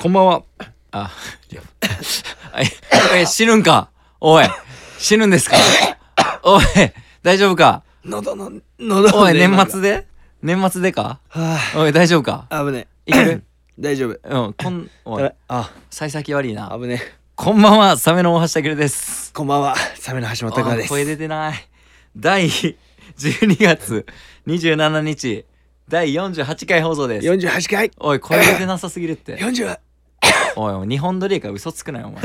こんばんは。あ、いやおいおい、死ぬんかおい、死ぬんですかおい、大丈夫か喉の、喉の。おい、年末で年末でかはおい、大丈夫かあ、危ねいけ るえ。大丈夫。うん、こん、おい、あ、幸先悪いな。危ねえ。こんばんは、サメの大橋たけるです。こんばんは。サメの橋本拓あ馬ーです。声出てない。第12月27日、第48回放送です。 48回。おい、声出てなさすぎるって。 40おい、おい日本撮りやから嘘つくなよ、お前。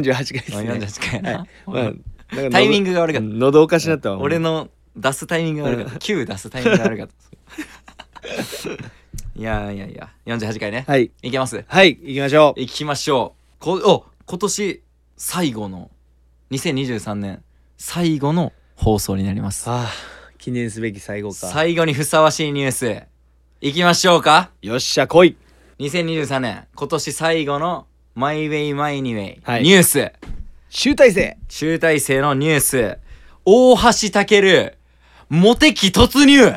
48回です、ね。 おい48回やな。はいおまいあなんか喉タイミングが悪かったうん喉おかしなったわ。俺の。の出すタイミングが悪かった9出すタイミングが悪かった いやいやいや48回ね、はい。い、けますはい、行きましょう。いきましょうこお今年最後の2023年最後の放送になりますああ、記念すべき最後か。最後にふさわしいニュースいきましょうかよっしゃ、来い。 2023年今年最後のマイウェイマイニウェイ、はいニュース集大成。集大成のニュース大橋たけるモテ期突入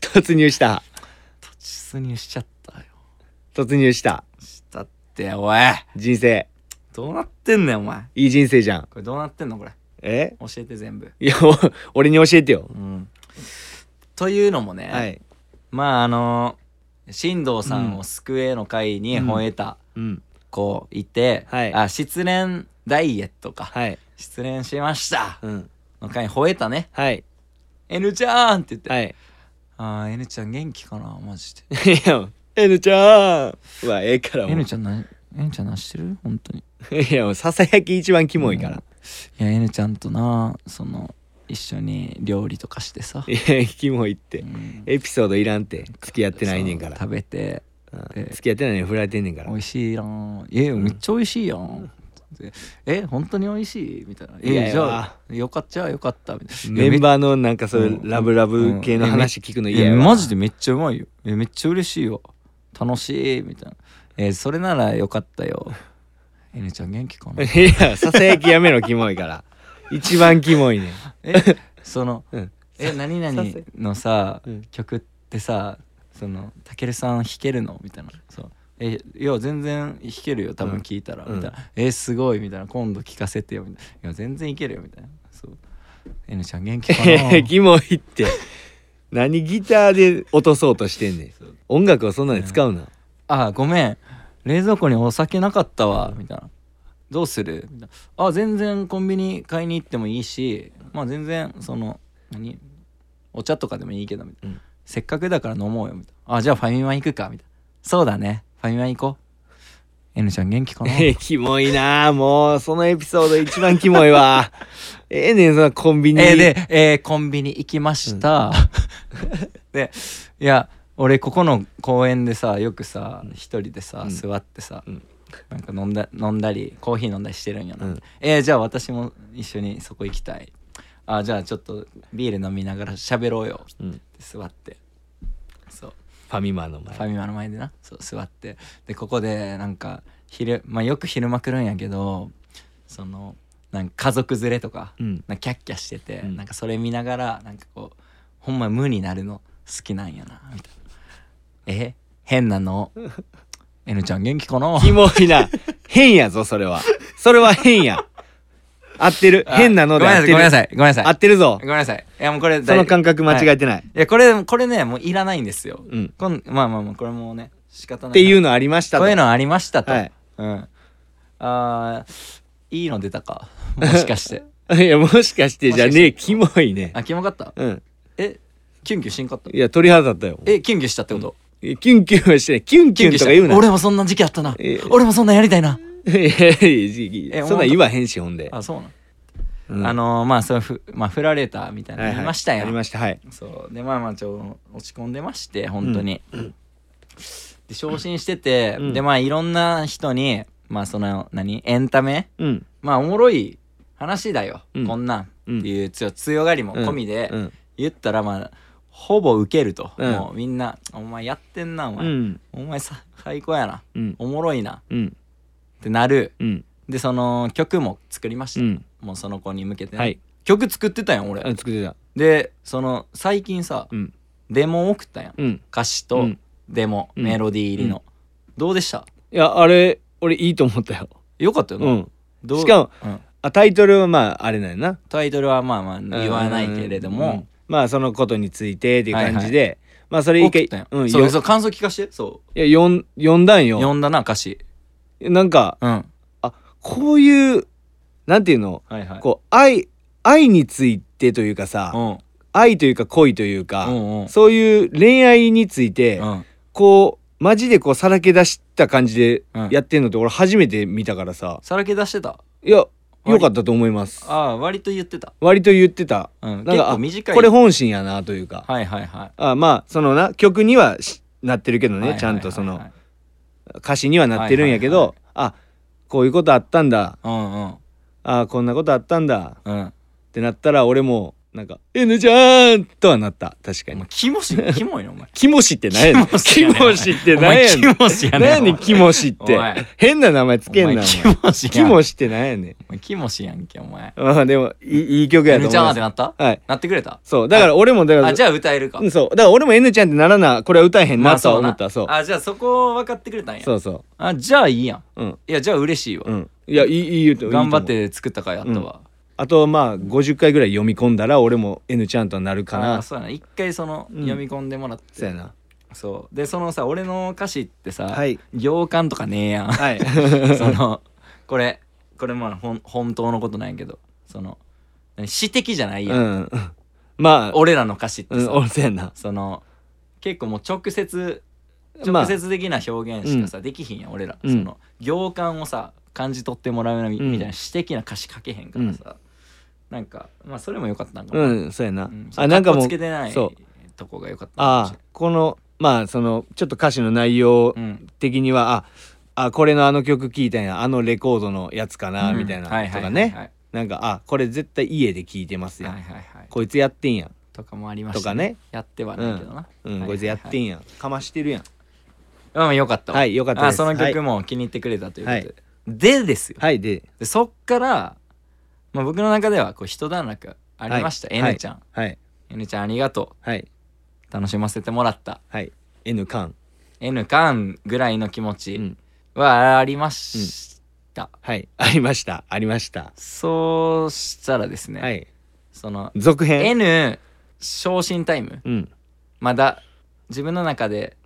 突入した。突入しちゃったよ突入した。したっておい人生。どうなってんねんお前いい人生じゃん。これどうなってんのこれえ教えて全部いや、お俺に教えてよ。うんというのもね、はい。まああの進藤さんを救えの会にうん吠えたうん。子いて、はいあ失恋ダイエットか、はい。失恋しましたうん。の会に吠えたねはい。 「N ちゃん!」って言って「はい。あー N ちゃん元気かなマジでいや、N ちゃんはええからもう N ちゃん何 N ちゃん何してる本当にいや、もうささやき一番キモいから。いや N ちゃんとなその一緒に料理とかしてさいや、キモいってう。んエピソードいらんって。付き合ってないねんから。そう食べてうん付き合ってないねん振られてんねんから美。味しいやんえめっちゃ美味しいやんでえ本当に美味しいみたいなえいやいやじゃあよかったじゃあよかったみたいなメンーバーのなんかそういううんラブラブ系の話聞くのい嫌ややわマジでめっちゃうまいよえめっちゃ嬉しいよ楽しいみたいなえそれならよかったよ N ちゃん元気かな いや、ささやきやめろ、キモいから。一番キモいねん。えそのうんえ何さ々せのさうん曲ってさそのたけるさん弾けるのみたいなそうえいや全然弾けるよ多う分ん聞いたら、うんみたいなえすごいみたいな今度聞かせてよみたいないや全然いけるよみたいなそう N ちゃん元気かな キモいって。何ギターで落とそうとしてんねんう。音楽をそんなに使うな。あごめん冷蔵庫にお酒なかったわみたいなどうするみたいなあ全然コンビニ買いに行ってもいいしまあ全然その何お茶とかでもいいけどみたいな、うんせっかくだから飲もうよみたいなあじゃあファミマ行くかみたいなそうだねファミマ行こう N ちゃん元気かなえー キモいなあもうそのエピソード一番キモいわ ええねんそのコンビニえーで、えーコンビニ行きました、 でいや俺ここの公園でさよくさ一、人でさうん座ってさ、うんなんか飲んだ飲んだりコーヒー飲んだりしてるんよな、うんえーじゃあ私も一緒にそこ行きたいあじゃあちょっとビール飲みながら喋ろうようんって座ってそうファミマの前ファミマの前でなそう座ってでここでなんか昼まあよく昼間来るんやけどそのなんか家族連れとかうんなんかキャッキャしてて、うんなんかそれ見ながらなんかこうほんま無になるの好きなんやなみたいなえ変な の N ちゃん元気かなキモいな変やぞそれはそれは変や合ってるあ変なのでごめ合んってるなさいごめんなさいごめんなさ合っいてるぞごめんなさいいやもうこれその感覚間違ええてない、いやこれこれねもういらないんですようんこんまあまあまあこれもうね仕方ないっていうのありましたとこういうのありましたと、はいうんあーいいの出た かもしかしてい やもしかしてじゃねえキモいねあキモかったうんえキュンキュンしんかったいや鳥肌だったよえキュンキュンしたってこと、えキュンキュンはしてないキュンキキュュンンキュンしとかた言うな俺もそんな時期あったなえ俺もそんなんやりたいない やいやいやそんなん言わへんしほんで、あそうなん、うんあのーまあそうふまあ振られたみたいなはのいは言いいましたよ、ありましたはいそうでまあまあちょっと落ち込んでまして本当に、で昇進してて、うんでまあいろんな人にまあその何エンタメうんまあおもろい話だよ、うんこんなんってうんいう強強がりも込みでうん言ったらまあほぼ受けると、うんもうみんな「お前やってんなおう前、んお前さ最高やなうんおもろいな」うんってなるうんでその曲も作りました、うんもうその子に向けてね、はい曲作ってたやん俺あ作ってたでその最近さうんデモ送ったやんうん歌詞うとんデモ、うんメロディー入りの、どうでしたいやあれ俺いいと思ったよよかったよな、うんどうしかも、うんあタイトルはまああれなんやなタイトルはまあまあ言わないけれどうんも、まあそのことについてっていう感じで、まあそれ一送っ回たやん、うんそうよそう感想聞かしてそいや読ん読んだんうよ読んだな歌詞なんかうんこういうなんていうのはいはいこう愛愛についてというかさ、うん愛というか恋というか、うんうんそういう恋愛について、うんこうマジでこうさらけ出した感じでうんやってんのって俺初めて見たからささらけ出してたいや割良かったと思いますああ割と言ってた、割と言ってたうん、なん結か構短いこれ本心やなというか、はいはいはいあまあそのな曲にはしなってるけどね、はいはいはいはいちゃんとその歌詞にはなってるんやけど、はいはあこういうことあったんだうんうんあこんなことあったんだうんってなったら俺もなんか「N ちゃん!」とはなった確かおに前キ モシキモいなお前「キモシ」って何やねん「キモシ」って何やねんお前キモシや何ねんやねん「キモシ」っおて前変な名前つけんおな前おキ前モシキやんモシって何やねんお前キモシやんけお前あでもいいいい曲やとぬ思ちいゃんってますなったはいなってくれたそうだから俺もだかあじらゃあ歌えるかうんそうだから俺も N ちゃんってならなこれは歌えへんなとは思ったそうあじゃあそこ分かってくれたんやそうそあじゃあいいやんううんいやじゃあ嬉しいわ、うんいやいいいいよといいと頑思う張って作った回あったわ、あとまあ50回ぐらい読み込んだら俺も N ちゃんとはなるかあなそうやな一回その、うん読み込んでもらってそうやなそうでそのさ俺の歌詞ってさ、はい行間とかねえやん はいそのこれこれまあほん本当のことなんやけどその何詩的じゃ ないや、うんんまあ 俺らの歌詞ってうさ、ん俺そうやなその結構もう直接まあ直接的な表現しかさ、できひんやん俺ら、うんその行間をさ感じ取ってもらうなみ,、うんたいな詩的な歌詞書けへんからさ、なんかまあそれも良かったんかも、ううんそうやなそあのなんかかっもこうつけてないそうとこが良かったかもしああこのまあそのちょっと歌詞の内容れんうん的にはああこれのあの曲聴いたんやあのレコードのやつかなみたいなうんはいはといはかいねはいなんかあこれ絶対家で聴いてますやはいんはいはいこいつやってんやんとかもありましたとかねやってはないけどな、うはんいこいつやってんやんかましてるやんうんよかったわはいよかったあですそのは曲いも気に入ってくれたということで、でですよはいででそっから、まあ、僕の中ではこう一段落ありました、はい N ちゃん、はい N ちゃんありがとはいう楽しませてもらったはい N 缶 N 感ぐらいの気持うちんはありました、はい ありましたありましたそうしたらですね、はいその続編 N 昇進タイムうんまだ自分の中で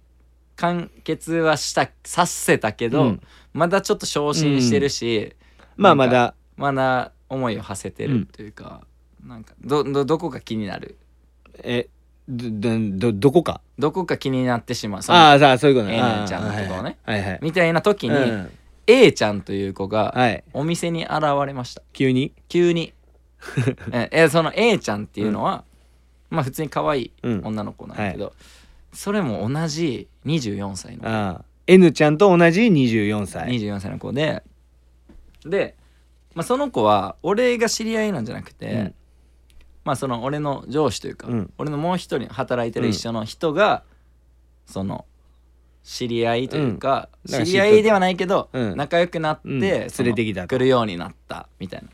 完結はしたさせたけど、うんまだちょっと昇進してるし、まあまだまだ思いを馳せてうるんというか、なんかどどどこか気になるえどどどこかどこか気になってしまうそのああさあそういうこと N あーちゃんのところねはいはいみたいな時に、はいうん A ちゃんという子がはいお店に現れました急に急に ええその A ちゃんっていうのは、まあ普通に可愛いうん女の子なんだけど、それも同じ24歳のああ N ちゃんと同じ24歳24歳の子でで、まあ、その子は俺が知り合いなんじゃなくて、うんまあその俺の上司というか、うん俺のもう一人働いてるうん一緒の人が、その知り合いというか、うんなんか知り合いではないけど、うん仲良くなって、うん連れてきたと来るようになったみたいな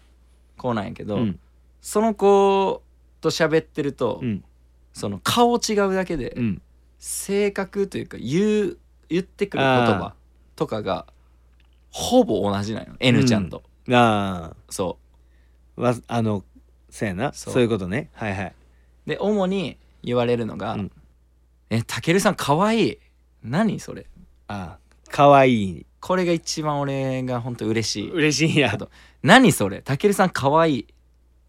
子なんやけど、うんその子と喋ってると、うんその顔違うだけで、うん性格というか言う言ってくる言葉とかがほぼ同じなんよ N ちゃんと、あそあわあのそうやなそそうういうことねはいはいうで主に言われるのが「うんえたけるさんかわいい何それああかわいいこれが一番俺が本当嬉しい嬉しいんやあと何それたけるさんかわいい」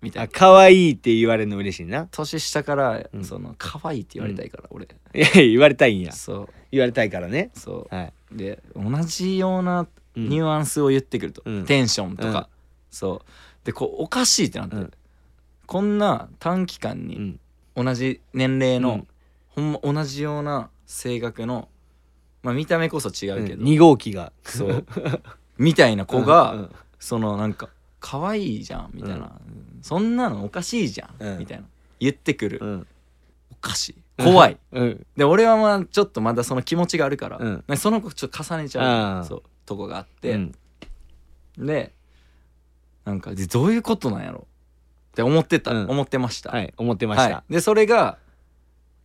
みたいあなかわいいって言われるの嬉しいな年下から、うんそのかわいいって言われたいから、俺いや言われたいんやそう言われたいからねそは、うで同じようないうんニュアンスを言ってくると、うんテンションとか、うんそうでこうおかしいってなって、うんこんな短期間うにん同じ年齢の、うんほんま同じような性格の、まあ、見た目こそ違うけど、 2号機がそうみたいな子が、うんうんそのなんか「可愛いじゃん」みたいな、うんそんなのおかしいじゃん」うんみたいな言ってくる、うんおかしい怖 い、うんで俺はまあちょっとまだその気持ちがあるから、うんねその子ちょっと重ねちゃあうーそうとこがあって。うんでなんかでどういうことなんやろって思ってた、うん思ってました、はい思ってまはいしたでそれが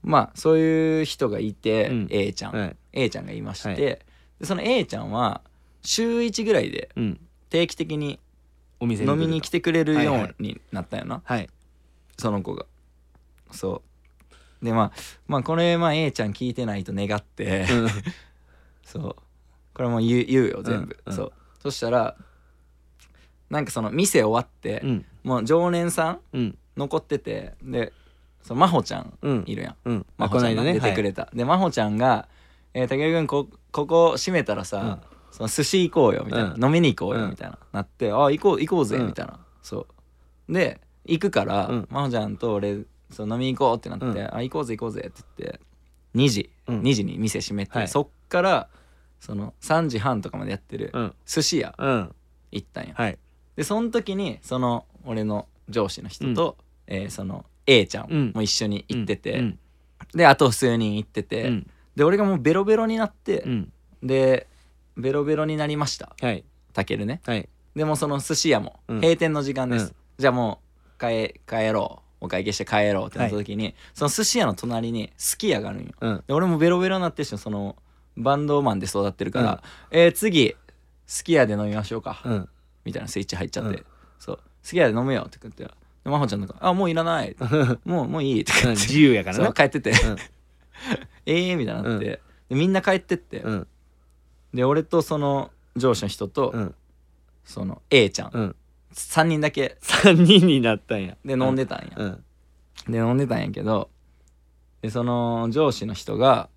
まあそういう人がいて、うん A ちゃん、はい。 A ちゃんがいまして、はいでその A ちゃんは週1ぐらいでうん。定期的にお店飲みに来てくれるはいよはうになったよな、はい。その子がそうでまあまあこれまあ A ちゃん聞いてないと願って、うんそうこれもう言う言うよ全部、うんうんそうそしたらなんかその店終わって、うん。もう常連さんうん。残っててでその真帆ちゃんうん。いるやん、うん。真まあ、帆こちのゃん間がね。出てくれた、で真帆ちゃんが「えー、武井君こここ閉めたらさ、その寿司行こうよ」みたいな、うん飲みに行こうよ」うんみたいな、なって「あ行こう行こうぜ」うんみたいな、そうで行くから、うん真帆ちゃんと俺そう飲みに行こうってなって「うんあ行こうぜ行こうぜ」って言って2時、うん2時に店閉めて、はいそっからその3時半とかまでやってるはい。うん。寿司屋うん。行ったんや、はい。でその時にその俺の上司の人と、えーその A ちゃんも一緒に行ってて、うん。であと数人行ってて、うん。で俺がもうベロベロになってう、ん。でベロベロになりましたはい。たけるねはい。でもその寿司屋もうん閉店の時間です、うんじゃあもう帰帰ろうお会計して帰ろうってなった時に、その寿司屋の隣にすき家があるんようん。で俺もベロベロになってるしそのバンドマンで育ってるから、えー次すき家で飲みましょうか、 うん。みたいなスイッチ入っちゃって、うんそうすき家で飲むよって言ってで真帆ちゃんとか「あもういらない」もうもういい」って言って自由やからそうな。帰ってて、ん ええみたいになって、でみんな帰ってって、うん。で俺とその上司の人と、うん。その A ちゃん、うん。 3人だけ三人になったんや。で飲んでたんや、うん。で飲んでたんやけどでその上司の人が、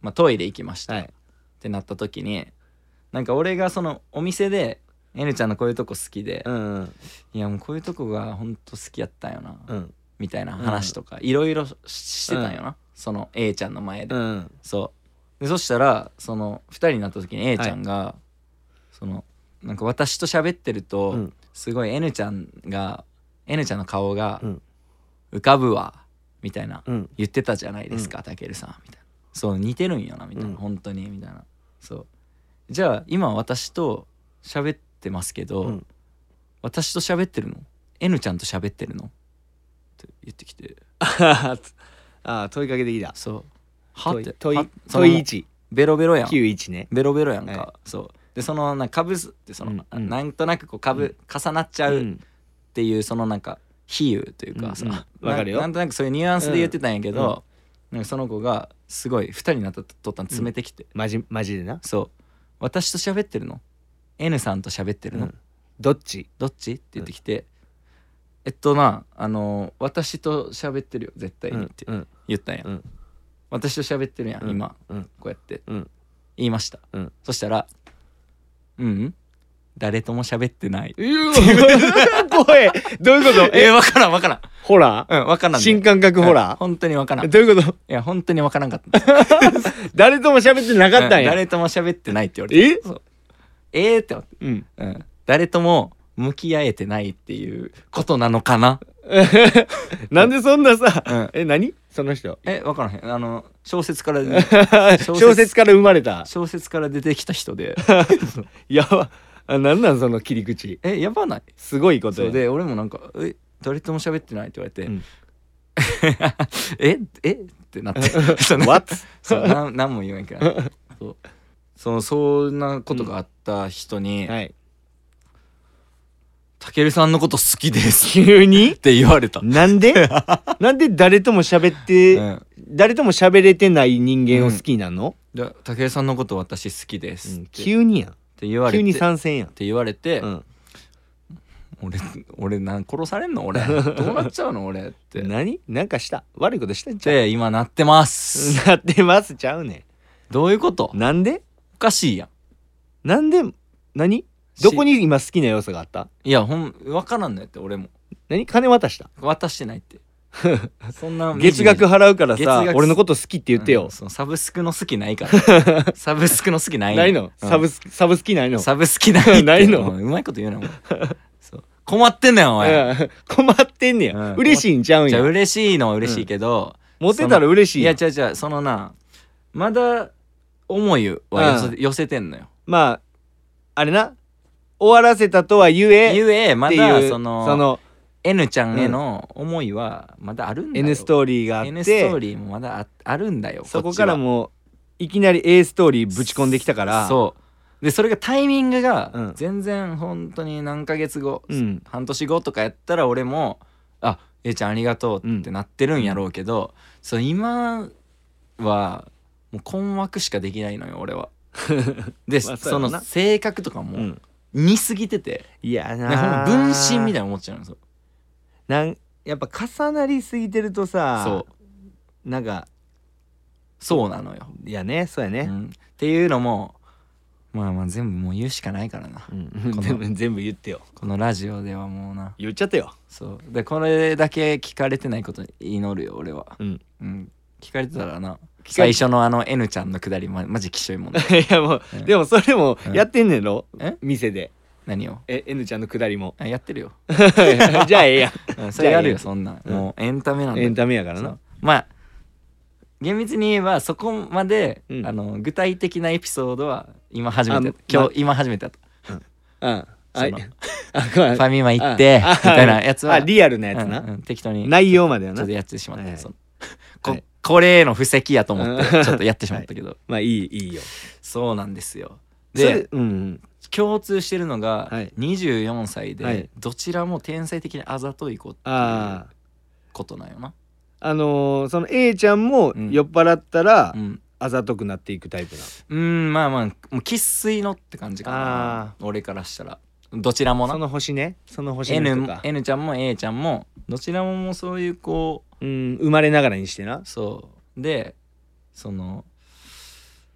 まあ、トイレ行きました、はっい。てなった時になんか俺がそのお店で N ちゃんのこういうとこ好きで、うん。いやもうこういうとこがほんと好きやったんよな、うん。みたいな話とかいろいろしてたんよな、その A ちゃんの前で、うん。そうでそしたらその2人になった時に A ちゃんが、そのなんか私と喋ってると、うんすごい N ちゃんが N ちゃんの顔がうん浮かぶわみたいな、うん。言ってたじゃないですかたけるさんみたいなそう似てるんよなみたいな、うん本当にみたいなそうじゃあ今私と喋ってますけど、うん私と喋ってるの N ちゃんと喋ってるのって言ってきて ああ、問いかけてきた。そうはっ問いて、問、はいその問い一、ベロベロやん九一ね。ベロベロやんか、はそうでそのなんかぶすってその、うんうんなんとなくこうかぶ、重なっちゃうっん。ていうそのなんか比喩というかさ、うんうんなわかるよなんとなくそういうニュアンスで言ってたんやけど、なんかその子がすごい2人になったとったん詰めてきて、マジ、マジでな。そう私と喋ってるの N さんと喋ってるの、うんどっち。どっちって言ってきて、えっとなあの私と喋ってるよ絶対にってうん。言ったんや、うん私と喋ってるやん、うん今うん。こうやってうん。言いました、うんそしたら「ううん誰とも喋ってない」 怖い。どういうこと。ええ、ー、分からん分からんホラうん分からー。ん新感覚ホうんラ本当に分からんー。いどういうこと。や本当に分からんか った誰とも喋ってなかったんうんや。誰とも喋ってないって言われてえ。えーって思って、うん。うん、誰とも向き合えてないっていうことなのかな なんでそんなさうん。え、何。その人。え分からへんあの小説 から説小説から生まれた。小説から出てきた人 でやば。あ、なんなん、その切り口。えやばないすごいことそうや。で俺もなんか「え誰とも喋ってない」って言われて「うん ええってな ってその What？そうなん何も言わんけどそうそのそんなことがあった人にはい。 「たけるさんのこと好きです」っ急に。て言われた、なんで。なんで誰とも喋っうて。ん、誰とも喋れてない人間を好きなの、で「たけるさんのこと私好きでうす」っんて,、急にやん言われて急にっ参戦やん、て言われて、うん、俺俺なん殺されんの 俺どうなっちゃうの俺って何なんかした悪いことしたんちゃうで今なってます なってますちゃうねどういうことんなんでおかしいやんなんで何どこに今好きな要素があったいやほん分からんのやって俺も何金渡した渡してないって そんな月額払うから月さ額俺のこと好きって言ってうよん、そのサブスクの好きないからサブスクの好きない ないの、サブススサブ好きないのサブスキないってないのうんうまいこと言うなお前そう困ってんねんお前、うん 困ってんねや、うん嬉しいんちゃうんじゃあや嬉しいのは嬉しいけど、モテたら嬉しいいやや違んう違うそのなまだ思いは寄せ,、うん寄せてんのよまああれな終わらせたとはゆえゆえまっていうだその N ちゃんへの思いはまだあるんだよ、 N ストーリーがあって N ストーリーもまだああるんだよそこからっちはもういきなり A ストーリーぶち込んできたからそうでそれがタイミングうがん全然本当に何ヶ月後、うん半年後とかやったら俺も「あ A ちゃんありがとう」ってなってるんやろうけど、そう今はもう困惑しかできないのよ俺 は。で、まそあそうやろのな性格とかうもん似すぎてて、いなやんかなほんま分身みたいいに思っちゃうのそうなんやっぱ重なりすぎてるとさそうなんかそうなのよ、いやねそうやうね、んっていうのもまあまあ全部もう言うしかないからなうんこの 全部全部言ってよこのラジオではもうな言っちゃってよそうでこれだけ聞かれてないことに祈るよ俺はうんうん聞かれてたらな聞か最れ初のあの N ちゃんのくだりまマジきしょいもん ね いやもう、うんでもそれもうんやってんねんろ、え店で何をえ N ちゃんのくだ りも あやってるよ、じゃあええやうん、それやるよじゃそんなんうんもうエンタメなんんだ エンタメやからそなうまあ厳密に言えばそこまで、うんあの具体的なエピソードは今初めてやったあま今日今初めてやったうんそあいの あごめんファミマ行ってみたいなやつはあリアルなやつな、うんうん適当にち内容まではょなっとやってしまった、はいそのはこいこれへの布石やと思っうんてちょっとやってしまったけど、まあいいいいよそうなんですよそでれうんうん共通してるのがはい24歳で、はいどちらも天才的にあざとい子っていうあことなんよな、ああのーその A ちゃんもうん酔っ払ったらうん、あざとくなっていくタイプなうんまあまあもう生粋のって感じかな俺からしたらどちらもそなの星ねその星の N, 人か N ちゃんも A ちゃんもどちらももうそういうこうん生まれながらにしてなうそうでその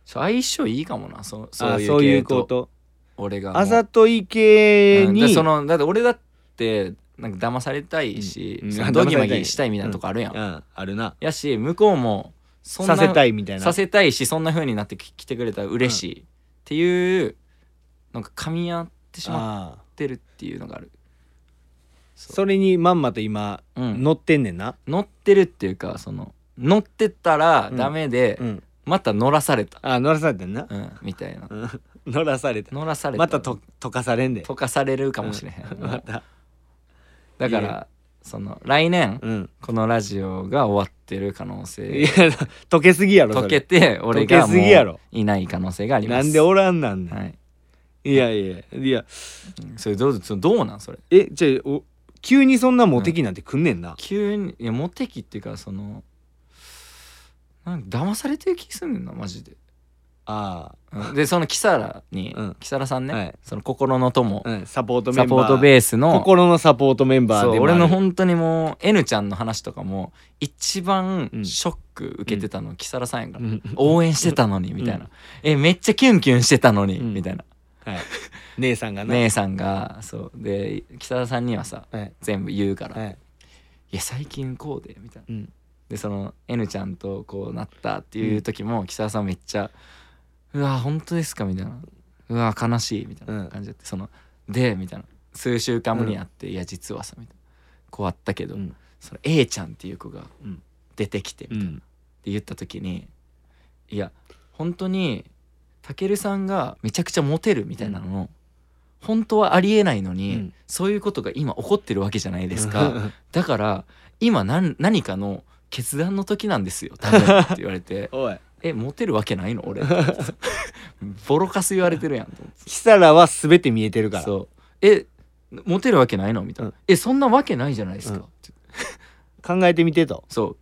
相性いいかもなそそうあいうそうい系うことと俺がもうあざとい系うんに、でそのだって俺だってなんか騙されたいし、うんそのうんドギマ騙されたギいしたいみたいなとこあるやん、うんあるなやし向こうもそんなさせたいみたいなさせたいしそんな風になってき来てくれたら嬉しい、っていうなんか噛み合ってしまっああてるっていうのがあるそれにまんまと今、うん乗ってんねんな、乗ってるっていうかその乗ってたらダメで、うん、また乗らされた、あ乗らされてんな、うん、みたいなうん、 乗らされて乗らされたまたと溶かされんで溶かされるかもしれへん、うんまただかいやらその来年うんこのラジオが終わってる可能い性や溶けすぎやろそ溶れけて俺溶がけもすぎやろういない可能性がありまなすんでおらんなんねん、はいい、やいやいやそれどうそれどうなんそれえじゃあお急にそんなモテ期なんてくんねんな、急にいやモテ期っていうかそのなんか騙されてる気すんねんなマジで、あうんでそのキサラに、うんキサラさんね、はいその心の友あ、、うん、サポートメサンバーポートベースの心のサポートメンバーでそもあうる俺の本当にもう N ちゃんの話とかも一番うんショック受けてたの、キサラさんやから、うん応援してたのにみたいな、えめっちゃキュンキュンしてたのに、うんみたいなはい、姉さんがな、姉さんがそうで木更さんにはさはい全部言うから「、はいいや最近こうで」みたいなうん、でその N ちゃんとこうなったっていう時も木更さんめっちゃ「うわ本当ですか」みたいな「うわ悲しい」みたいな感じだって、その「で」みたいな数週間後に会って「いや実はさ」みたいなこうあったけど、うんその A ちゃんっていう子がうん出てきてみたいなうんって言った時にいや本当にたけるさんがめちゃくちゃモテるみたいなの、本当はありえないのに、うんそういうことが今起こってるわけじゃないですかだから今何何かの決断の時なんですよ多分って言われ ておい「えモテるわけないの俺」ボロカス言われてるやんと思ってキサラは全て見えてるからそうえモテるわけないのみたいな「うんえそんなわけないじゃないですか」うんって考えてみてと、そう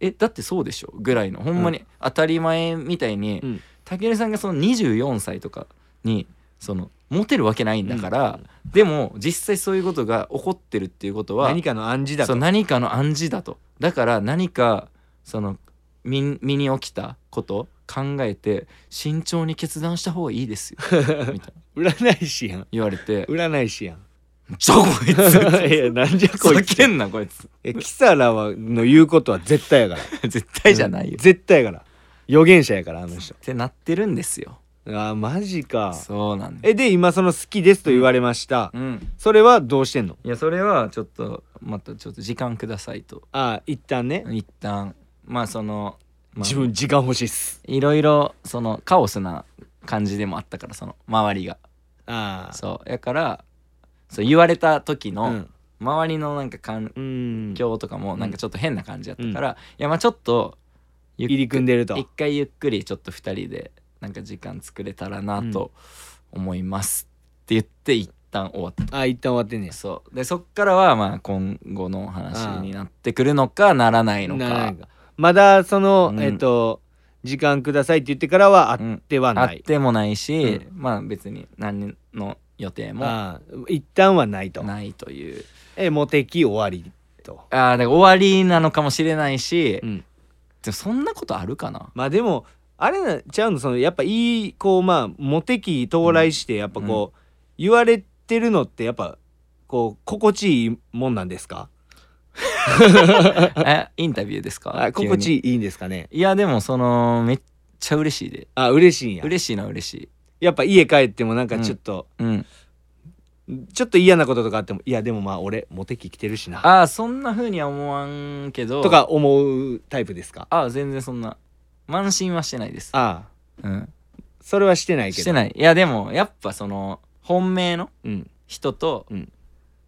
えだってそうでしょぐらいのほんまに当たり前みたいに、うんたけるさんがその24歳とかにそのモテるわけないんだから、でも実際そういうことが起こってるっていうことは何かの暗示だそうと何かの暗示だとだから何かその身身に起きたこと考えて慎重に決断した方がいいです よみたいな占い師やん言われて占い師やん「じゃあこ いつ」いやなんじゃこふざいつけんなこいつえキサラはの言うことは絶対やから絶対じゃないよ、うん絶対やから予言者やからあの人ってなってるんですよあーマジかそうなんですえで今その「好きです」と言われました、うんそれはどうしてんのいやそれはちょっとまたちょっと時間くださいとああ一旦ね、一旦まあその、まあ自分時間欲しいっすいろいろそのカオスな感じでもあったからその周りがああそうやからそう言われた時うのん周りのなんか環うん境とかもなんかちょっと変な感じやったから、いやまあちょっとゆっく入り組んでると一回ゆっくりちょっと2人でなんか時間作れたらなと思いますって言って一旦終わった。あ一旦終わってんねやそうでそっからはまあ今後の話になってくるのかならないのかならないかまだその、うんえっと時間くださいって言ってからはう会っんてはなあっい、てもないし、まあ別に何の予定もああ一旦はないとないというえモテ期終わりと、あーだから終わりなのかもしれないし、うんでもそんなことあるか なまあでもあれなちゃうのそのやっぱいいこうまあモテ期到来してやっぱこう、言われてるのってやっぱこう心地いいもんなんですかえインタビューですかあ心急に地いいんですかねいやでもそのめっちゃ嬉しいであ嬉しいんや嬉しいな嬉しいやっぱ家帰ってもなんかちょっと、うんちょっと嫌なこととかあってもいやでもまあ俺モテ期来てるしなああそんな風には思わんけどとか思うタイプですかああ全然そんな慢心はしてないですあうあんそれはしてないけどしてないいやでもやっぱその本命のうん人とうん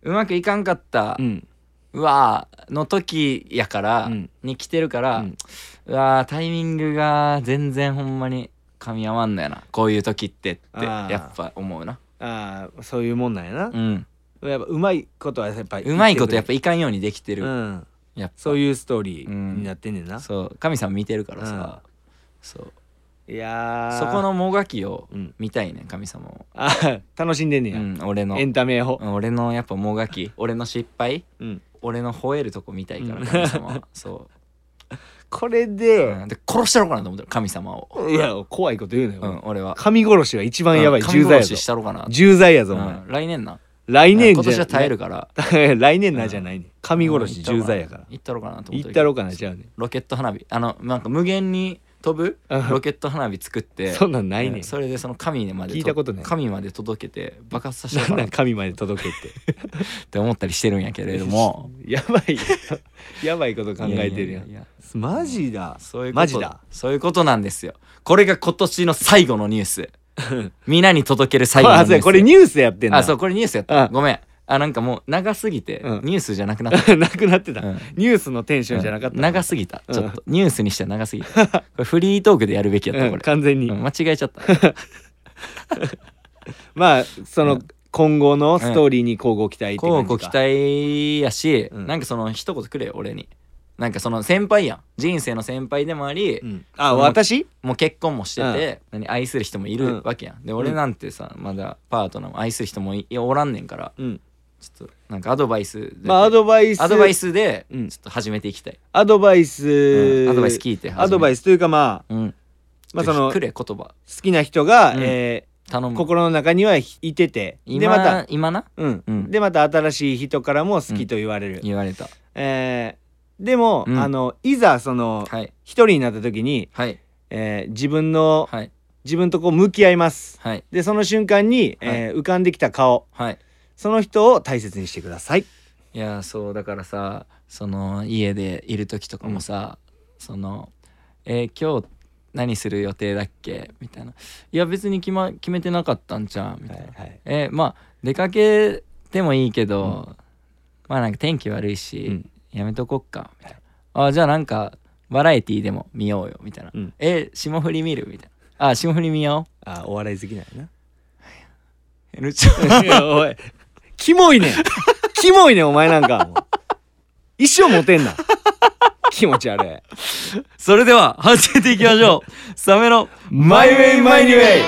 うまくいかんかった、うんうわーの時やから、うんに来てるから、ううんわータイミングが全然ほんまに噛み合わんのやなこういう時ってってあーやっぱ思うなああそういうもんなんやなう、んやっぱうまいことはやっぱうまいことやっぱ言いかんようにできててる、くれうんやっぱそういうストーリーになってんねんな、そう神様見てるからさ、そういやーそこのもがきをうん見たいね神様を、あ楽しんでんねうや、ん、俺のエンタメを、うん俺のやっぱもがき俺の失敗うん、俺の吠えるとこ見たいかうんら神様はそこれう、で、うんで殺してやろうかなと思ってる神様を、いや怖いこと言うなよ、うん、俺は神殺しは一番やばい、うん重罪や神殺ししぞたろうかな重罪やぞ、お前うん来年な来年じゃ今年は耐えるからる 来年なじゃないね、神殺しうん重罪やから行ったろうかなと思って行っるたろかなじゃあねロケット花火あのなんか無限に飛ぶうんロケット花火作 ってそんなんないねうんんそれでその神までと聞いたことない神まで届けて爆発させようなかんななっん神まで届けってて思ったりしてるんやけれども やばいよやばいこと考えてるやいいいんいやマジだそういうことマジだそういうことなんですよこれが今年の最後のニュー ス皆に届ける最後のニあューそうやスこれニュースやってんだあそうこれニュースやったあごめんあなんかもう長すぎてうんニュースじゃなく なった なくなってた、うんニュースのテンションじゃなかった、うん長すぎたちょっとニュースにしては長すぎ たこれフリートークでやるべきやったうこんれ完全に、うん間違えちゃったまあその、うん今後のストーリーに交互期待ってこう感じかご期待やしうんなんかその一言くれよ俺になんかその先輩やん人生の先輩でもありうんあその私もう結婚もしてて何愛する人もいうんるわけやんで俺なんてさまだパートナーも愛する人もいいやおらんねんからうんちょっとなんかアドバイスでまあアドバイスアドバイスでちうょんっと始めていきたいアドバイス、うんアドバイス聞いてアドバイススというかまうあんまあそのくれ言葉好きな人が、うんえ頼ーむ心の中にはいててで今また、今なうんうんでまた新しい人からも好きと言われる、言われたえーでも、うんあのいざそのはい一人になった時に、はいえー自分のはい自分とこう向き合いますはいでその瞬間に、えー浮かんできた顔はいその人を大切にしてくださいいやーそうだからさその家でいる時とかもさ、その「えー今日何する予定だっけ?」みたいな「いや別に決,、ま、決めてなかったんちゃう?」みたいな「はいえーまあ出かけてもいいけど、まあなんか天気悪いし、うんやめとこっか」みたいな「あーじゃあなんかバラエティーでも見ようよ」みたいな「うんえー霜降り見る?」みたいな「あー霜降り見ようあお笑い好きなんや」えーちょないやおい キモいねんキモいねんお前なんかもう一生モテんな気持ち悪い それでは始めていきまし ょうサメの「マイウェイマイニウェイ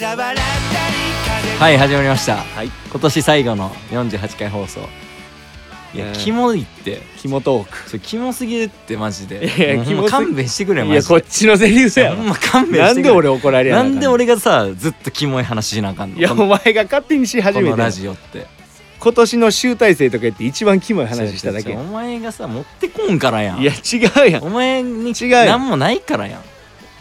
はい始まりました、い今年最後の48回放送いや、ねえキモいってキモトーちょキモすぎるってマジでいやもうキほモすぎんま勘弁してくれクいマやジでこっちのセリフやほわんま勘弁なしてんくれで俺怒られやなあなかんねんで俺がさずっとキモい話しなあかんのいやこおの前が勝手にし始こめのてラジオって今年の集大成とか言って一番キモい話しただけ違う違う違いうお前がさ持ってこんからやんや違うやんお前に違うよ何もないからやん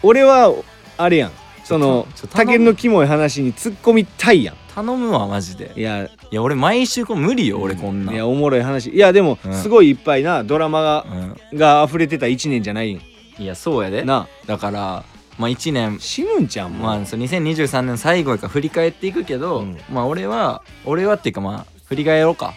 俺はあれやんそのちょタケルのキモい話に突っ込みたいやん頼むわマジでいやいや俺毎週これ無理よ俺こんないやおもろい話いやでも、うんすごいいっぱいなドラマがう,、ん、が溢れてた1年じゃないんいやそうやでなだからまあ1年死ぬんちゃうもんまあそう2023年最後やから振り返っていくけど、うんまあ俺は俺はっていうかまあ振り返ろうか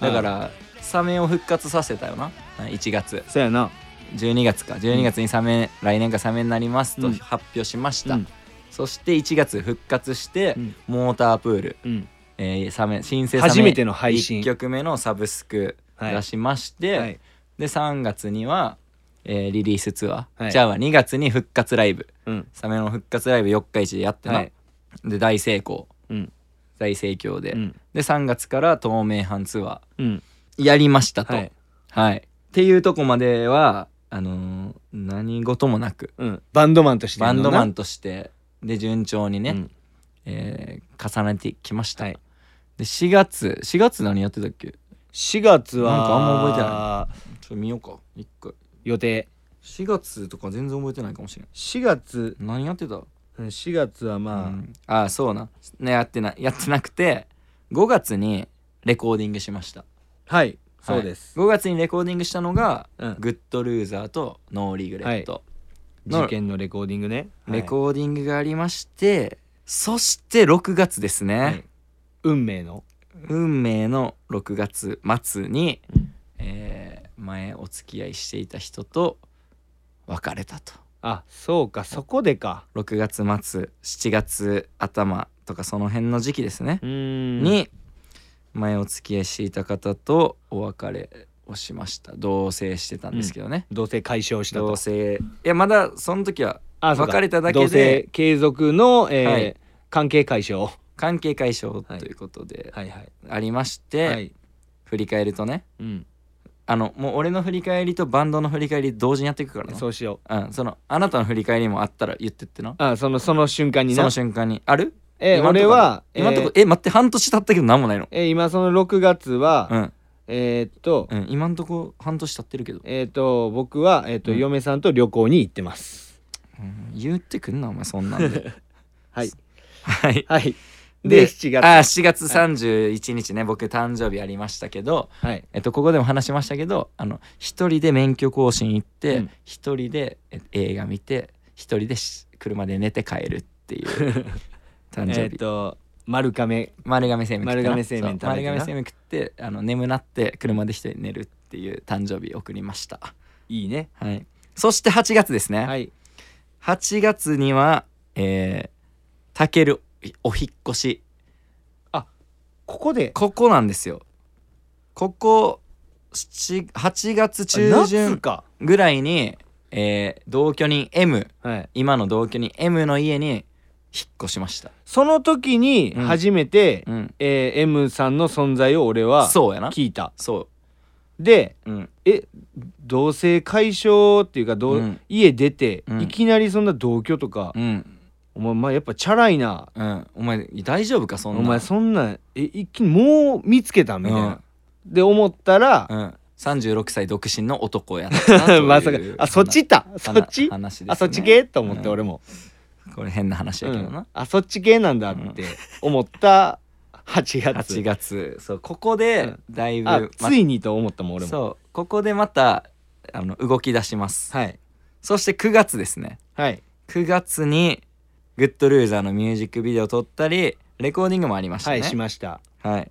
だからサメを復活させたよな1月そうやな12月か12月にサメ、来年がサメになりますとうん発表しました、うんそして1月復活して、うんモータープール、うんえーサメ新生サメ初めての配信1曲目のサブスクはい出しまして、はいで3月には、えーリリースツアー、はいじゃあ2月に復活ライブうんサメの復活ライブ4日市でやってな、はいで大成功うん大盛況で、うんで3月から透明版ツアうんーやりましたと、はいはい。っていうとこまでは、あのー何事もなく、うんバンドマンとしてバンドマンととして、で、順調にね、えー重ねてきました。はいで、4月、4月何やってたっけちょ4月はなんかあんま覚えてっと見ようか、一回。予定4月とか全然覚えてないかもしれない。 4月何やってたうん4月はまあ、うんああ、そうな。ね、やってな、やってなくて、5月にレコーディングしました。はいそうです、はい5月にレコーディングしたのが、うんグッドルーザーとノーリグレット。の事件のレコーディングね、レコーディングがありまして、そして6月ですね、はい運命の運命の6月末に、うんえー前お付き合いしていた人と別れたとあそうかそこでか6月末7月頭とかその辺の時期ですね、うんに前お付き合いしていた方とお別れをしました同棲してたんですけどね、同棲解消した同と棲いやまだその時はあそうか別れただけで同棲継続の、えーはい関係解消関係解消ということではいはいありまして、はい振り返るとねうんあのもう俺の振り返りとバンドの振り返り同時にやっていくからなそうしよううん、そのあなたの振り返りもあったら言ってってなあそのその瞬間にそなの瞬間にあるえー今んとこ俺は今んとえこーえ待って半年経ったけど何もないのえー今その6月は、うん、えーっと、うん、今んとこ半年経ってるけど、えーっと僕は、えーっとうん嫁さんと旅行に行ってますうん、言ってくんなお前そんなん ではい はいはいでで7あ月ー7月31日ね、僕誕生日ありましたけど、はいえっと、ここでも話しましたけどあの一人で免許更新行ってうん一、人でえ映画見て一人でし車で寝て帰るって いう誕生えーっ日、と丸亀丸亀製麺食ってな丸亀製そう麺食べて丸な亀製麺食ってあの眠なって車で一人で寝るっていう誕生日送りましたいいねはいそして8月ですね、はい8月にはえーたけるお引っ越しここでここなんですよここ7 8月中夏旬かぐらいに、えー同居人 M はい今の同居人 M の家に引っ越しましたその時にうん初めて、うんえー M さんの存在を俺はそうやな聞いたそでううんえ同棲解消っていうか、どううん家出て、うんいきなりそんな同居とか、うんお前まあやっぱチャラいなうんお前大丈夫かそんなお前そんなんえ一気にもう見つけたみたいな、で思ったらう、ん、36歳独身の男やったなという まさかあそっち行ったはそっち、話ですねあそっち系と思って、うん俺も、これ変な話やけどうんな、あそっち系なんだって思った8月8月そうここでだいぶ、あまついにと思ったもん俺もそうここでまたあの動き出します、はいそして9月ですねはい9月に「グッドルーザー」のミュージックビデオを撮ったりレコーディングもありましたはねいしましたはい、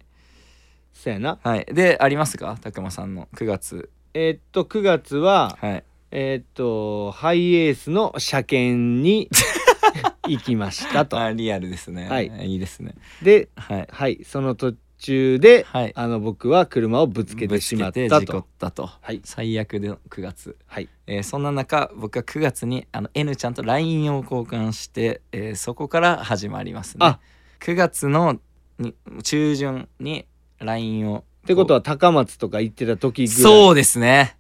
そやなはいでありますかたくまさんの9月えーっと9月ははいえーっとハイエースの車検 に行きましたとあリアルですねはいいいですねではいはいその途中で、はいあの僕は車をぶつけてしまっぶつたけて事故っとたとはい最悪で9月はいえーそんな中僕は9月にあの N ちゃんと LINE を交換して、えーそこから始まりますねあ9月のに中旬に LINE をってことはは高松とか行ってた時ぐらいそううですね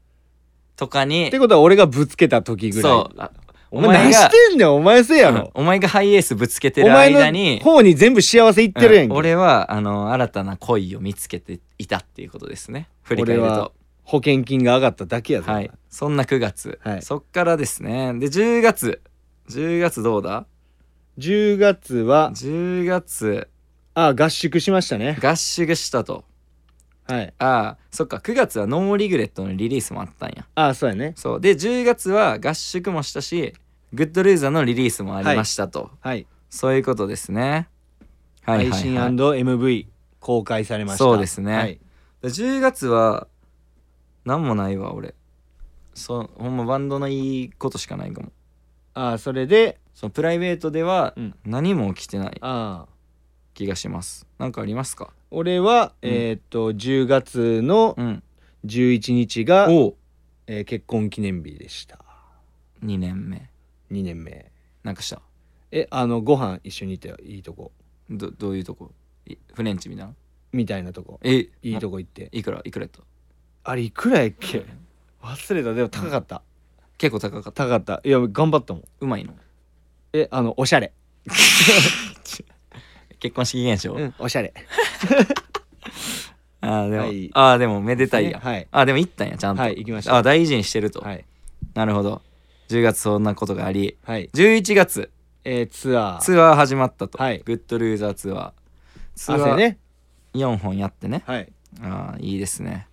とかにってことは俺がぶつけた時ぐらいそうあお前何がしてんねんお前せやうんろ、お前がハイエースぶつけておる前間のに方に全部幸せいってるやんうけ、ん俺はあの新たな恋を見つけていたっていうことですね振り返る俺とは保険金が上がっただけやぞ、はい、そんな9月、はいそっからですねで10月10月どうだ10月は10月あ合宿しましたね合宿したとはいああそっか9月はノーリグレットのリリースもあったんやあそうやねそうで10月は合宿もしたしグッドルーザーのリリースもありましたと、はい、そういうことですねはいはい、はい、配信 &MV 公開されましたそうですねはい、 10月は何もないわ俺そうほんまバンドのいいことしかないかもあそれでそのプライベートではうん何も起きてないあ気がします何かありますか俺は、うんえーっと10月のうん11日が、おえー結婚記念日でした2年目2年目なんかしたえあのご飯一緒に行っていいとこどどういうとこいフレンチみたいなみたいなとこえいいとこ行っていくらいくらやったあれいくらやっけ忘れたでも高かった結構高かった高かったいや頑張ったもんうまいのえあのおしゃれ結婚式現象、うんおしゃれああでも、はいああでもめでたいや、はいああでも行ったんやちゃんと、はい行きましたああ大事にしてると、はいなるほど10月そんなことがありはい11月えーツアーツアー始まったと、はいグッドルーザーツアーツア汗ーね4本やってねはいああいいですね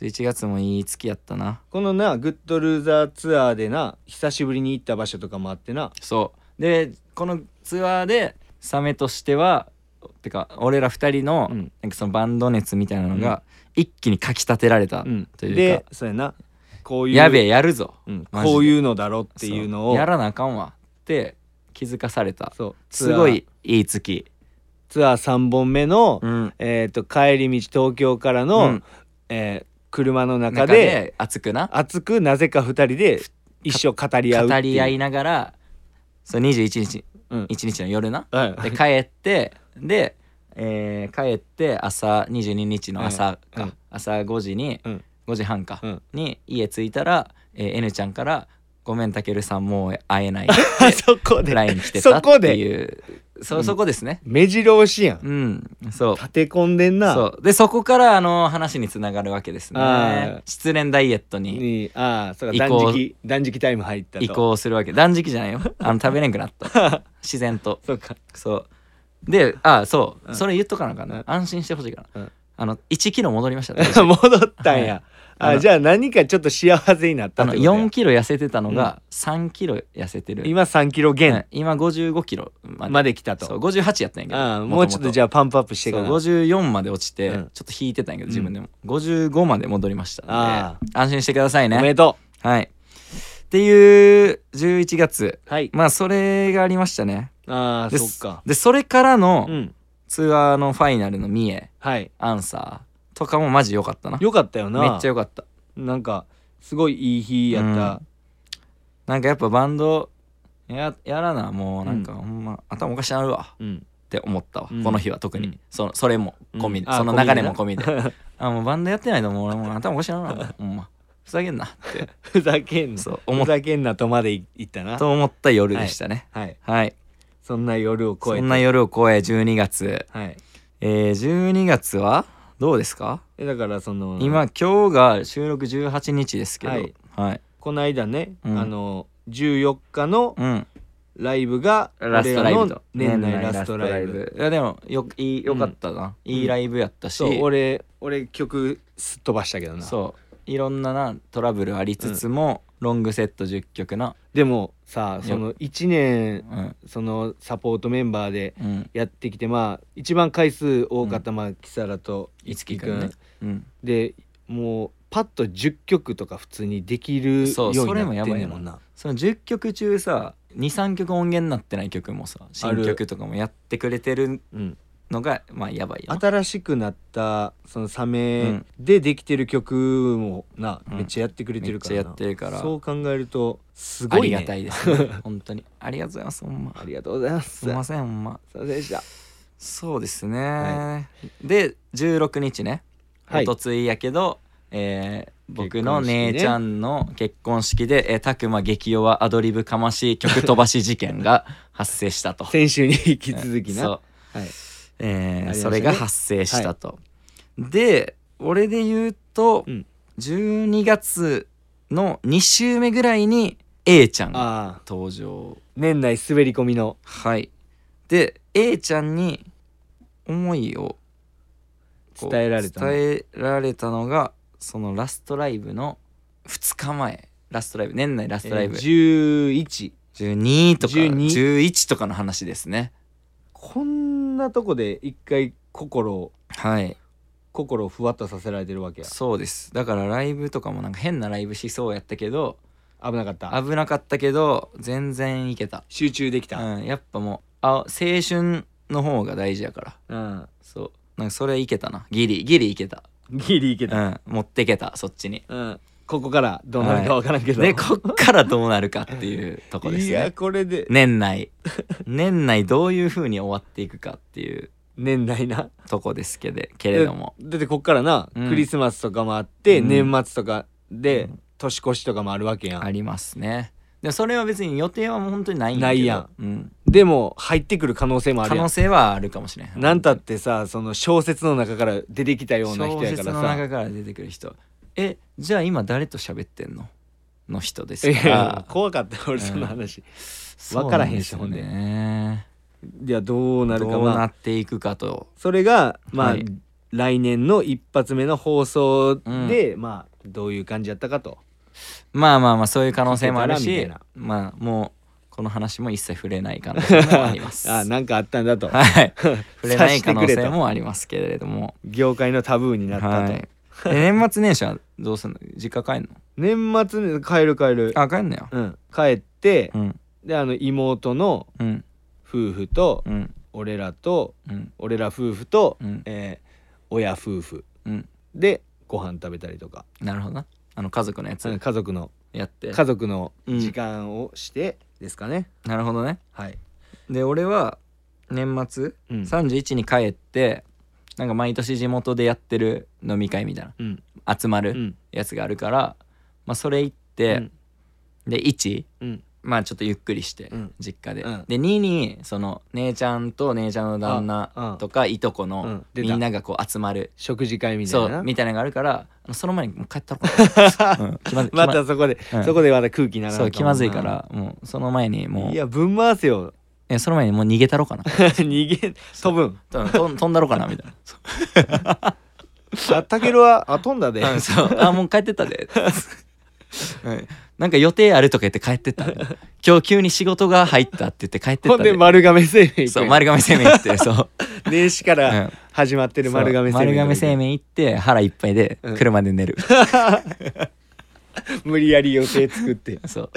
11月もいい月やったなこのなグッドルーザーツアーでな久しぶりに行った場所とかもあってなそうでこのツアーでサメとしてはてか俺ら2人の,、うんなんかそのバンド熱みたいなのが一気にかきたてられた、うんというかでそうやなこういうやべえやるぞうんマジでこういうのだろっていうのそをやらなあかんわって気づかされたそうすごツいいい月アーツアー3本目のうんえーと帰り道東京からうのんえー車の中中でで熱くな熱くなぜか2人で一生語り合うってい語うり合いながらそう21日うん1日の夜 なはいで帰ってで、えー帰って朝22日の朝か、うん朝5時に、うん5時半か、うんに家着いたら、えー N ちゃんから「ごめんたけるさんもう会え ない」そこで LINE 来てたそっこてでいううそんそこですね目白押しやんうんそう立て込んでんなそうでそこからあの話につながるわけですあね失恋ダイエットににああそうか移断行食断食タイム入ったと移行するわけ断食じゃないよあの食べれんくなった 自然とそうかそうであそう、うんそれ言っとかなあかんな、うん安心してほしいから、うんあの1キロ戻りました 戻ったんや、はいああのじゃあ何かちょっと幸せになったあっのてことや4キロ痩せてたのが3キロ痩せてる、今3キロうん減今55キロまでまで来たそうと58やったんやけどああもうちょっとじゃゃあパンプアップしていそかうな54まで落ちて、うんちょっと引いてたんやけど自分でも、55まで戻りましたんであ安心してくださいおねめでとはい。っていう11月。うはいまあそれがありましたね。ああでそっかで、それからうのんツアーのファイナルの三重、はいアンサーとかもマジ良かったな。よかったよなめっちゃ良かった。なんかすごいいい日やった、なんかやっぱバンドややらな、もうなんかほんま頭おかしなるわうん って思ったわ。うんこの日は特うにん。そのそれも込みで、うんあその込みで流なれも込みで。 あ、もうバンドやってないともう俺もう頭おかしなるわ。ほんま。ふざけんなって、ふざけんなそう思っふざけんなとまでいいったなたと思った夜でしたね。はいはい。そんな夜を超えてそんな夜を超え12月。はいえー、12月はどうですか、えだからその今今日が収録18日ですけどははいい、この間ね、うんあの14日のうんライブがラストライブと俺らの年内ラストライブいやでもよいいよかったな、いいライブやったし、そう俺俺曲すっ飛ばしたけどなそういろんななトラブルありつつも、ロングセット10曲なでもさよその1年うんそのサポートメンバーでうんやってきてまあ一番回数多かった、まあキサラといつきくくんね、うん、でもうパッと10曲とか普通にできるそうようそれもにやなってばんいねよんもんなその10曲中さ23曲音源になってない曲もさ新曲とかもやってくれてるうん、のがまあやばいよな新しくなったそのサうメんでできてる曲もな、うんめっちゃやってくれてるからなめっちゃやってるからそう考えるとすごあい、ね、りがたいです、 ね、本当にありがとうございますほんまありがとうございますすいませんほんますいませんでしたそうですね、はで16日ねはいおとついやけど、えー僕の結婚式ね姉ちゃんの結婚式で、えー、たくま激弱アドリブかましい曲飛ばし事件が発生したと先週に引き続きな、そうはい、えーりましそたねれが発生したと、で俺で言うと、うん12月の2週目ぐらいに A ちゃんがああ登場年内滑り込みのはいで A ちゃんに思いをこう伝えられたの伝えられたのがそのラストライブの2日前ラストライブ年内ラストライブ、 11 12とか12 11とかの話ですねこんなとこで一回心をはい心をふわっとさせられてるわけやそうですだからライブとかもなんか変なライブしそうやったけど危なかった危なかったけど全然いけた、集中できうた、ん、やっぱもうあ青春の方が大事やからうんそうなんかそれいけたなギリギリいけた、ギリいけうた、ん、持ってけたそっちにうんここからどうなるかわからんけど、 でこっからどうなるかっていうとこですいやねこれで、年内年内どういうふうに終わっていくかっていう年内なとこですけでけれどもだってこっからな、うんクリスマスとかもあって、うん年末とかで、うん年越しとかもあるわけやん、ありますねでもそれは別に予定はもう本当にないんだけどないやうん、でも入ってくる可能性もあ可るや能ん性はあるかもしれんなんたってさその小説の中から出てきたような人小やか説らのさ中から出てくる人えじゃあ今誰と喋ってんのの人ですい かやら怖かったよ俺その話、そうわからへんしですよねいやどうなるかどうまなあっていくかとそれがまあ、はい来年の一発目の放送で、まあどういう感じやったかとまあまあまあそういう可能性もある聞しけたらまあもうこの話も一切触れない可能性もあります あなんかあったんだとはい触れな察いして可く能れ性ともありますけれども業界のタブーになったと、はいで年末年始はどうすんの実家帰んの年末に帰る帰る、あ帰んのようん、帰ってう、んであの妹のうん夫婦とうん俺らとうん俺ら夫婦と、うんえー親夫婦うんでご飯食べたりとかなるほどなあの家族のやつあの家族のやって家族の時間をしてですかね、なるほどねはい、で俺は年末うん31に帰ってなんか毎年地元でやってる飲み会みたいうんな集まうるんやつがあるから、まあ、それ行っうてん、で1うんまあちょっとゆっくりして、うん実家で、うんで2にその姉ちゃんと姉ちゃんの旦あう那んとかいとこうのん出たみんながこう集まる、食事会みたいそなうみたいなのがあるからあのその前にもう帰ったろ かな、うん気まずい気ままたそこで、うんそこでまた空気にならんそう気まずいかならもうその前にもういやぶん回せよえその前にもう逃げたろかな 逃げ飛ぶん多分飛ん飛んだろかなみたいなあたけるはあ飛んだ でうんそうあもう帰ってったで、うんなんか予定あるとか言って帰ってった 今日急に仕事が入ったって言って帰ってっほんたでで丸亀製麺行くんやそう丸亀製麺行って そう、年始かうらん始まってる丸亀そう製麺丸亀製麺行って腹いっぱいでうん車で寝る、無理やり予定作って そう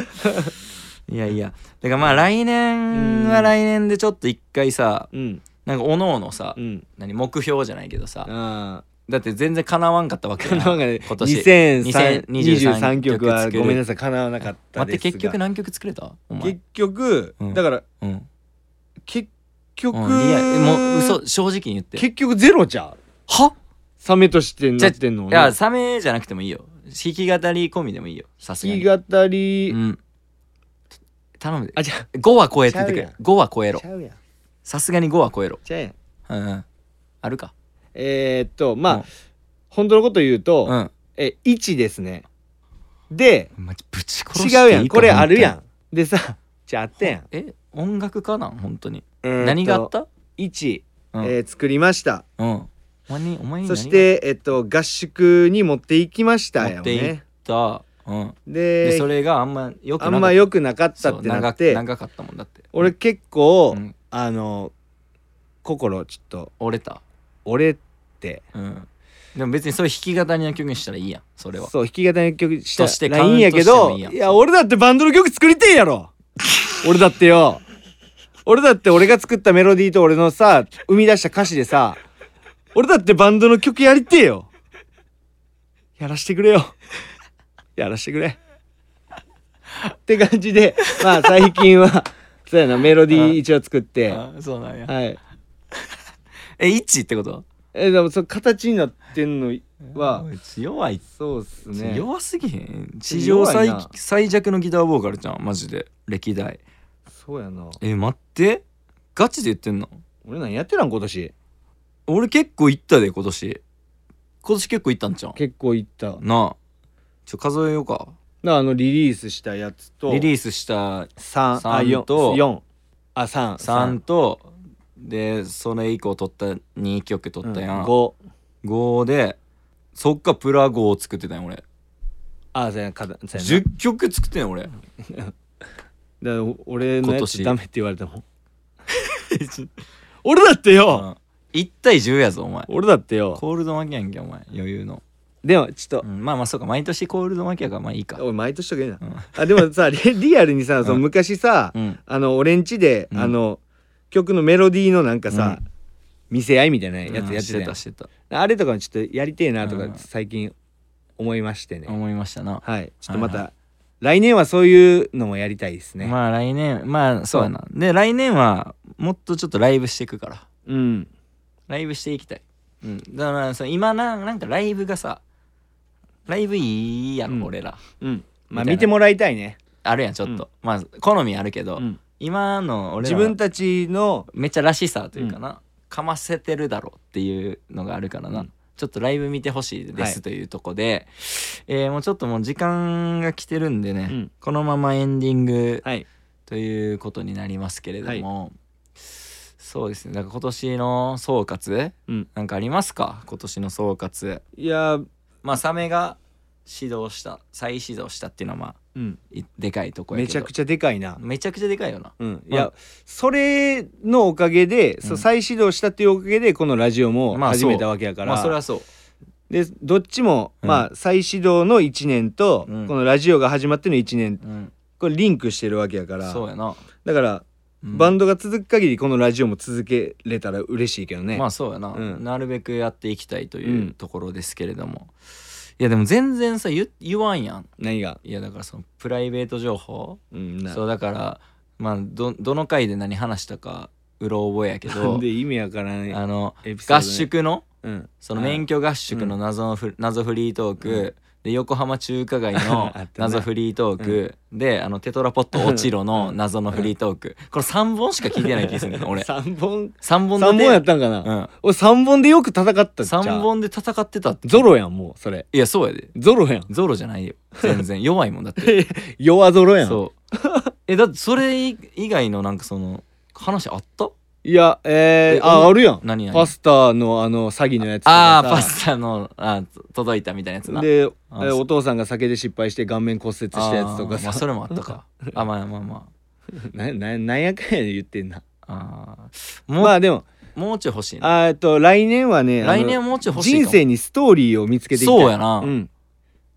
いやいやだからまあ来年は来年でちょっと一回さうんなんかおのおのさ、うん何目標じゃないけどさ、あだって全然叶わんかったわけやんなんかね今年2023曲はごめんなささい叶わなかった待でってすが結局何曲作れたお前結局うんだからうん結局うんいやもう嘘正直に言って結局ゼロじゃんはサメとしてなってんのいやねサメじゃなくてもいいよ弾き語り込みでもいいよさすが弾きに語うりん頼むであじゃ5は超えててくちゃうれやん5は超えあろちゃうやんさすがに5は超えろちゃうやんうんうんあるかえーっとまうあん本当のこと言ううとんえ1ですねでマジぶち殺していいか違うやんこれあるや本んでさじゃああったやん当にえ音楽家なん本当にえーと何があった1、うんえー作りましたうんお前にお前に何がそしてえっと合宿に持っていきましたよ持っていっねたうんででそれがあんまよくあんま良くなかったってな長って長かったもんだって俺結構、うんあの心ちょっと折れた俺ってうんでも別にそれ弾き語りの曲にしたらいいやんそれはそう弾き語りの曲したとしてらいいんやけカウントしてどもいいいややん俺だってバンドの曲作りてえやろ俺だってよ俺だって俺が作ったメロディーと俺のさ生み出した歌詞でさ俺だってバンドの曲やりてえよやらしてくれよやらしてくれって感じでまあ最近は そうやなメロディー一応作ってはあそうなんやいえ1ってことえでもその形になってんのはうち弱いっそうっすすね弱すぎへん史上最弱いな最弱のギターボーカルじゃんマジで歴代そうやなえ待ってガチで言ってんの俺なんやってたん今年俺結構行ったで今年今年結構行ったんじゃん結構いったなあちょ数えようかなあのリリースしたやつとリリーースしたス3あ三と4あ三3とでそれ以降取った2曲取ったやん、 5 5でそっかプラ5を作ってたんや俺あそうやなかだそうやな10曲作ってんや 俺だからお俺の今やつ年ダメって言われたもん俺だってよ、 1対10やぞお前俺だってよコールド負けやんけお前余裕の、でもちょっうと、んまあまあそうか毎年コールド負けやからまあいいか俺毎年とかいいな、うんあでもさリ リアルにさそうのん昔さ、うんあの俺んちで、うんあの曲のメロディーのなんかさ、う見せ合いみたいなやつやってたうんしてやんたしてたあれとかもちょっとやりてえなとうかん最近思いましてね、思いましたな、はいちょっとまた、はい来年はそういうのもやりたいですね、まあ来年まあそうやなで来年はもっとちょっとライブしていくからうんライブしていきたい、うん、だからさ今ななんかライブがさライブいいやん、うん俺らうんまみたあいな見てもらいたいね、あるやんちょっと、まあ好みあるけど、うん今の俺自ら分たちのめっちゃらしさというかな、かませてるだろうっていうのがあるからな、うんちょっとライブ見てほしいではいすというとこで、えーもうちょっともう時間が来てるんでね、うんこのままエンディングはいということになりますけれども、そうですねだから今年の総括うんなんかありますか今年の総括いやーまあサメが指導した再指導したっていうのはまあうんいでかいとこやめけちどゃくちゃでかいなめちゃくちゃでかいよなうん、いまあや、それのおかげで、そううん再始動したっていうおかげでこのラジオもまあ始そうめたわけやかまら、あそれはそうでどっちも、うんまあ再始動の1年と、うんこのラジオが始まっての1年うんこれリンクしてるわけやからそうやな、だから、うんバンドが続く限りこのラジオも続けれたら嬉しいけどね、まあそうやな、うんなるべくやっていきたいとういうんところですけれども、いやでも全然さ言言わんやん何が、いやだからそのプライベート情報うん、なそうだからまあどどの回で何話したかうろ覚えやけなどんで意味わからんあのエピソードね合、宿のうん、その免許合宿の謎のフ,、謎フリートーク、うんで横浜中華 街あのったね謎フリートーク、であのテトラポット落ちろの謎のフリートーク、これ3本しか聞いてない気がするんだよ 俺3本3本三で本やったんかな、うん、俺3本でよく戦ったっちゃう3本で戦ってたってゾロやんもうそれいやそうやでゾロやんゾロじゃないよ全 然弱いもんだって弱ゾロやんそうえだってそれ以外のなんかその話あったいや、ええー、あ、おあるやん。何何パスタのあの詐欺のやつとかさ。ああパスタのあ届いたみたいなやつなで、えーあそうお父さんが酒で失敗して顔面骨折したやつとかあーまさあ、。それもあった かあまあまあまなななんやかんやで言ってんな。ああーもう、まあでも、もうちょい欲しいなあーえっと、来年はね、あの来年はもうちょい欲しいかも人生にストーリーを見つけていきたい。そうやなうん。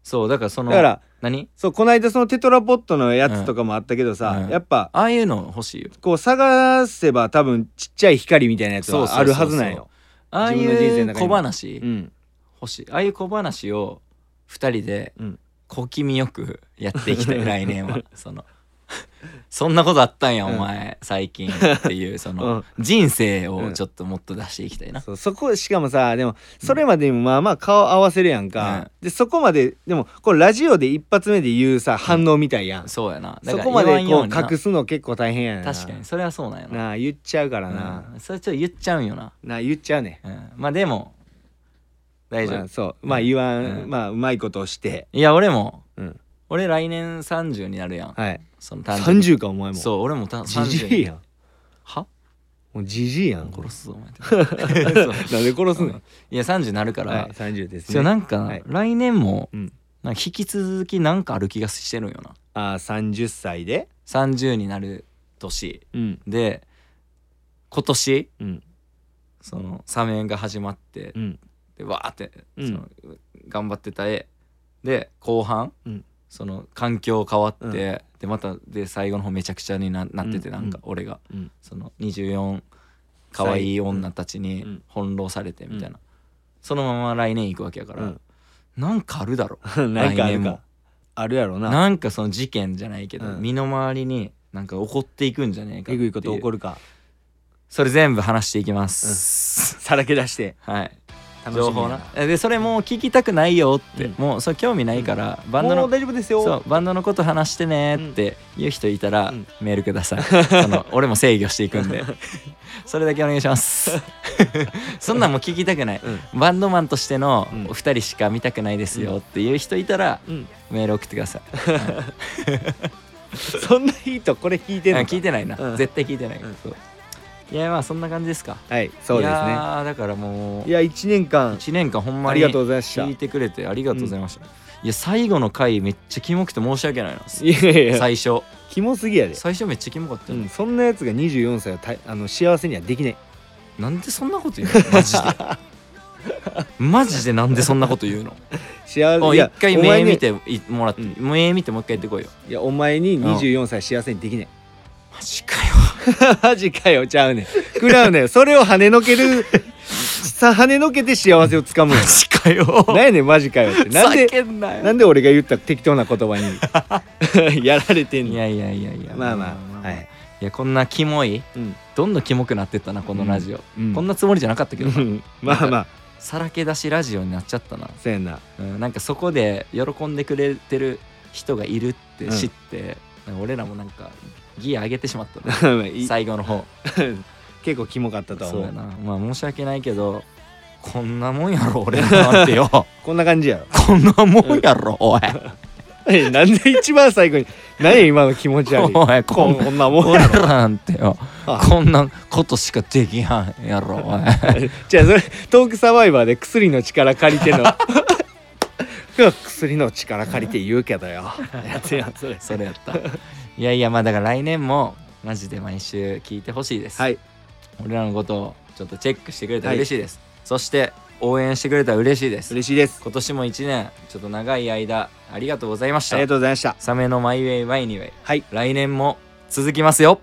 そうだからそのだから、何そう、こないだそのテトラポットのやつとかもあったけどさ、うんやっぱ、ああいうの欲しいよこう探せば多分ちっちゃい光みたいなやつそうそうそうはあるはずなんよ。ああい自分の人生のう中に小も話うん。欲しいああいう小話を2人でうん小気味よくやっていき たい来年はそのそんなことあったんやお前最近っていうそ の人生をちょっともっと出していきたいなそうそこしかもさでもそれまでにもまあまあ顔合わせるやんか、でそこまででもこれラジオで一発目で言うさ反応みたいやん、そうやなだそからこま言でわこんようになう隠すの結構大変やな確かにそれはそうなんやななあ言っちゃうからな、うんそれちょっと言っちゃうんよななあ言っちゃうねうんまあでも大丈まあ夫そうまあ言わん、うんまあうまいことをしていや俺もうん俺来年30になるやんはいその誕生日30かお前もそう俺もた30じじいやんはもうじじいやん 殺すぞお前そうなんで殺すの、いや30になるから、はい、30でそすねうなんか、はい来年もうん、なんか引き続きなんかある気がしてるんよなああ30歳で30になる年うんで今年うんそのサメが始まって、うんでわーってそうんの、頑張ってた絵で後半、うんその環境変わって、うんでまたで最後の方めちゃくちゃにななってて、うんなんか俺がうんその24可愛い女たちうにん翻弄されてみたいな、そのまま来年行くわけやから、うんなんかあるだろ なんかあ来る年かもあるやろななんかその事件じゃないけど、うん身の回りになんか起こっていくんじゃねえかえぐいこと起こるるかそれ全部話していきます、さらけ出してはい楽しみや情報なえでそれもう聞きたくないよって、うんもうそれ興味ないから、バンドもうの大丈夫ですよそうバンドのこと話してねって言う人いたら、うんメールくだ さいその俺も制御していくんでそれだけお願いします そんなんもう聞きたくない、バンドマンとしてのうんお二人しか見たくないですよっていう人いたら、うん、メール送ってくださいそんなヒートこれ聞いてんあのか聞いてないな、うん絶対聞いてない、うんそういやまあそんな感じですかはいそうですいねやーだからもういや1年間1年間ほんまあにりがとうございました聞いてくれてありがとうございました、いや最後の回めっちゃキモくて申し訳ないな、いやいやいや最初キモすぎやで、最初めっちゃキモかったうよ、ん、そんなやつが24歳はたあの幸せにはできないなんでそんなこと言うのマ ジでマジでなんでそんなこと言うの幸おせい一や回お目前に見ていもらって、う目見てもう一回言ってこいよいやお前に24歳幸せにできないマジかよ マジかよちゃうねん食らうねんそれを跳ねのけるさ跳ねのけて幸せをつかむねマジかよんなんやねんマジかよってなんで叫んなよなんで俺が言った適当な言葉に やられてんいのやいやいやいやまあまあはいいやこんなキモいうんどんどんキモくなってったなこのラジオ、うんこんなつもりじゃなかったけどな、うん まあまあさらけ出しラジオになっちゃったな、そうやんな うん、なんかそこで喜んでくれてる人がいるって知って、なんか俺らもなんかギア上げてしまったない最後の方結構キモかったとはそう思やうなまあ申し訳ないけどこんなもんやろ俺らなんてよ こんな感じやろこんなもんやろおいえなんで一番最後に何や今の気持ち悪いおいここんんこんなもん 俺やらなんてよあ こんなことしかできやんやろおい じゃあそれトークサバイバーで薬の力借りての 薬の力借りて言うけどよ やつやんそれそれやったいやいやまあだから来年もマジで毎週聞いてほしいです、はい俺らのことをちょっとチェックしてくれたら嬉しいです、そして応援してくれたら嬉しいです嬉しいです今年も1年ちょっと長い間ありがとうございましあたりがとうございましたサメのマイウェイマイニウェイはい来年も続きますよ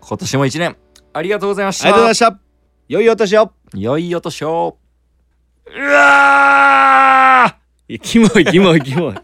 今年も1年ありがとうございましありがとうございまたした良いお年を良いお年をうわーいやキモいキモいキモい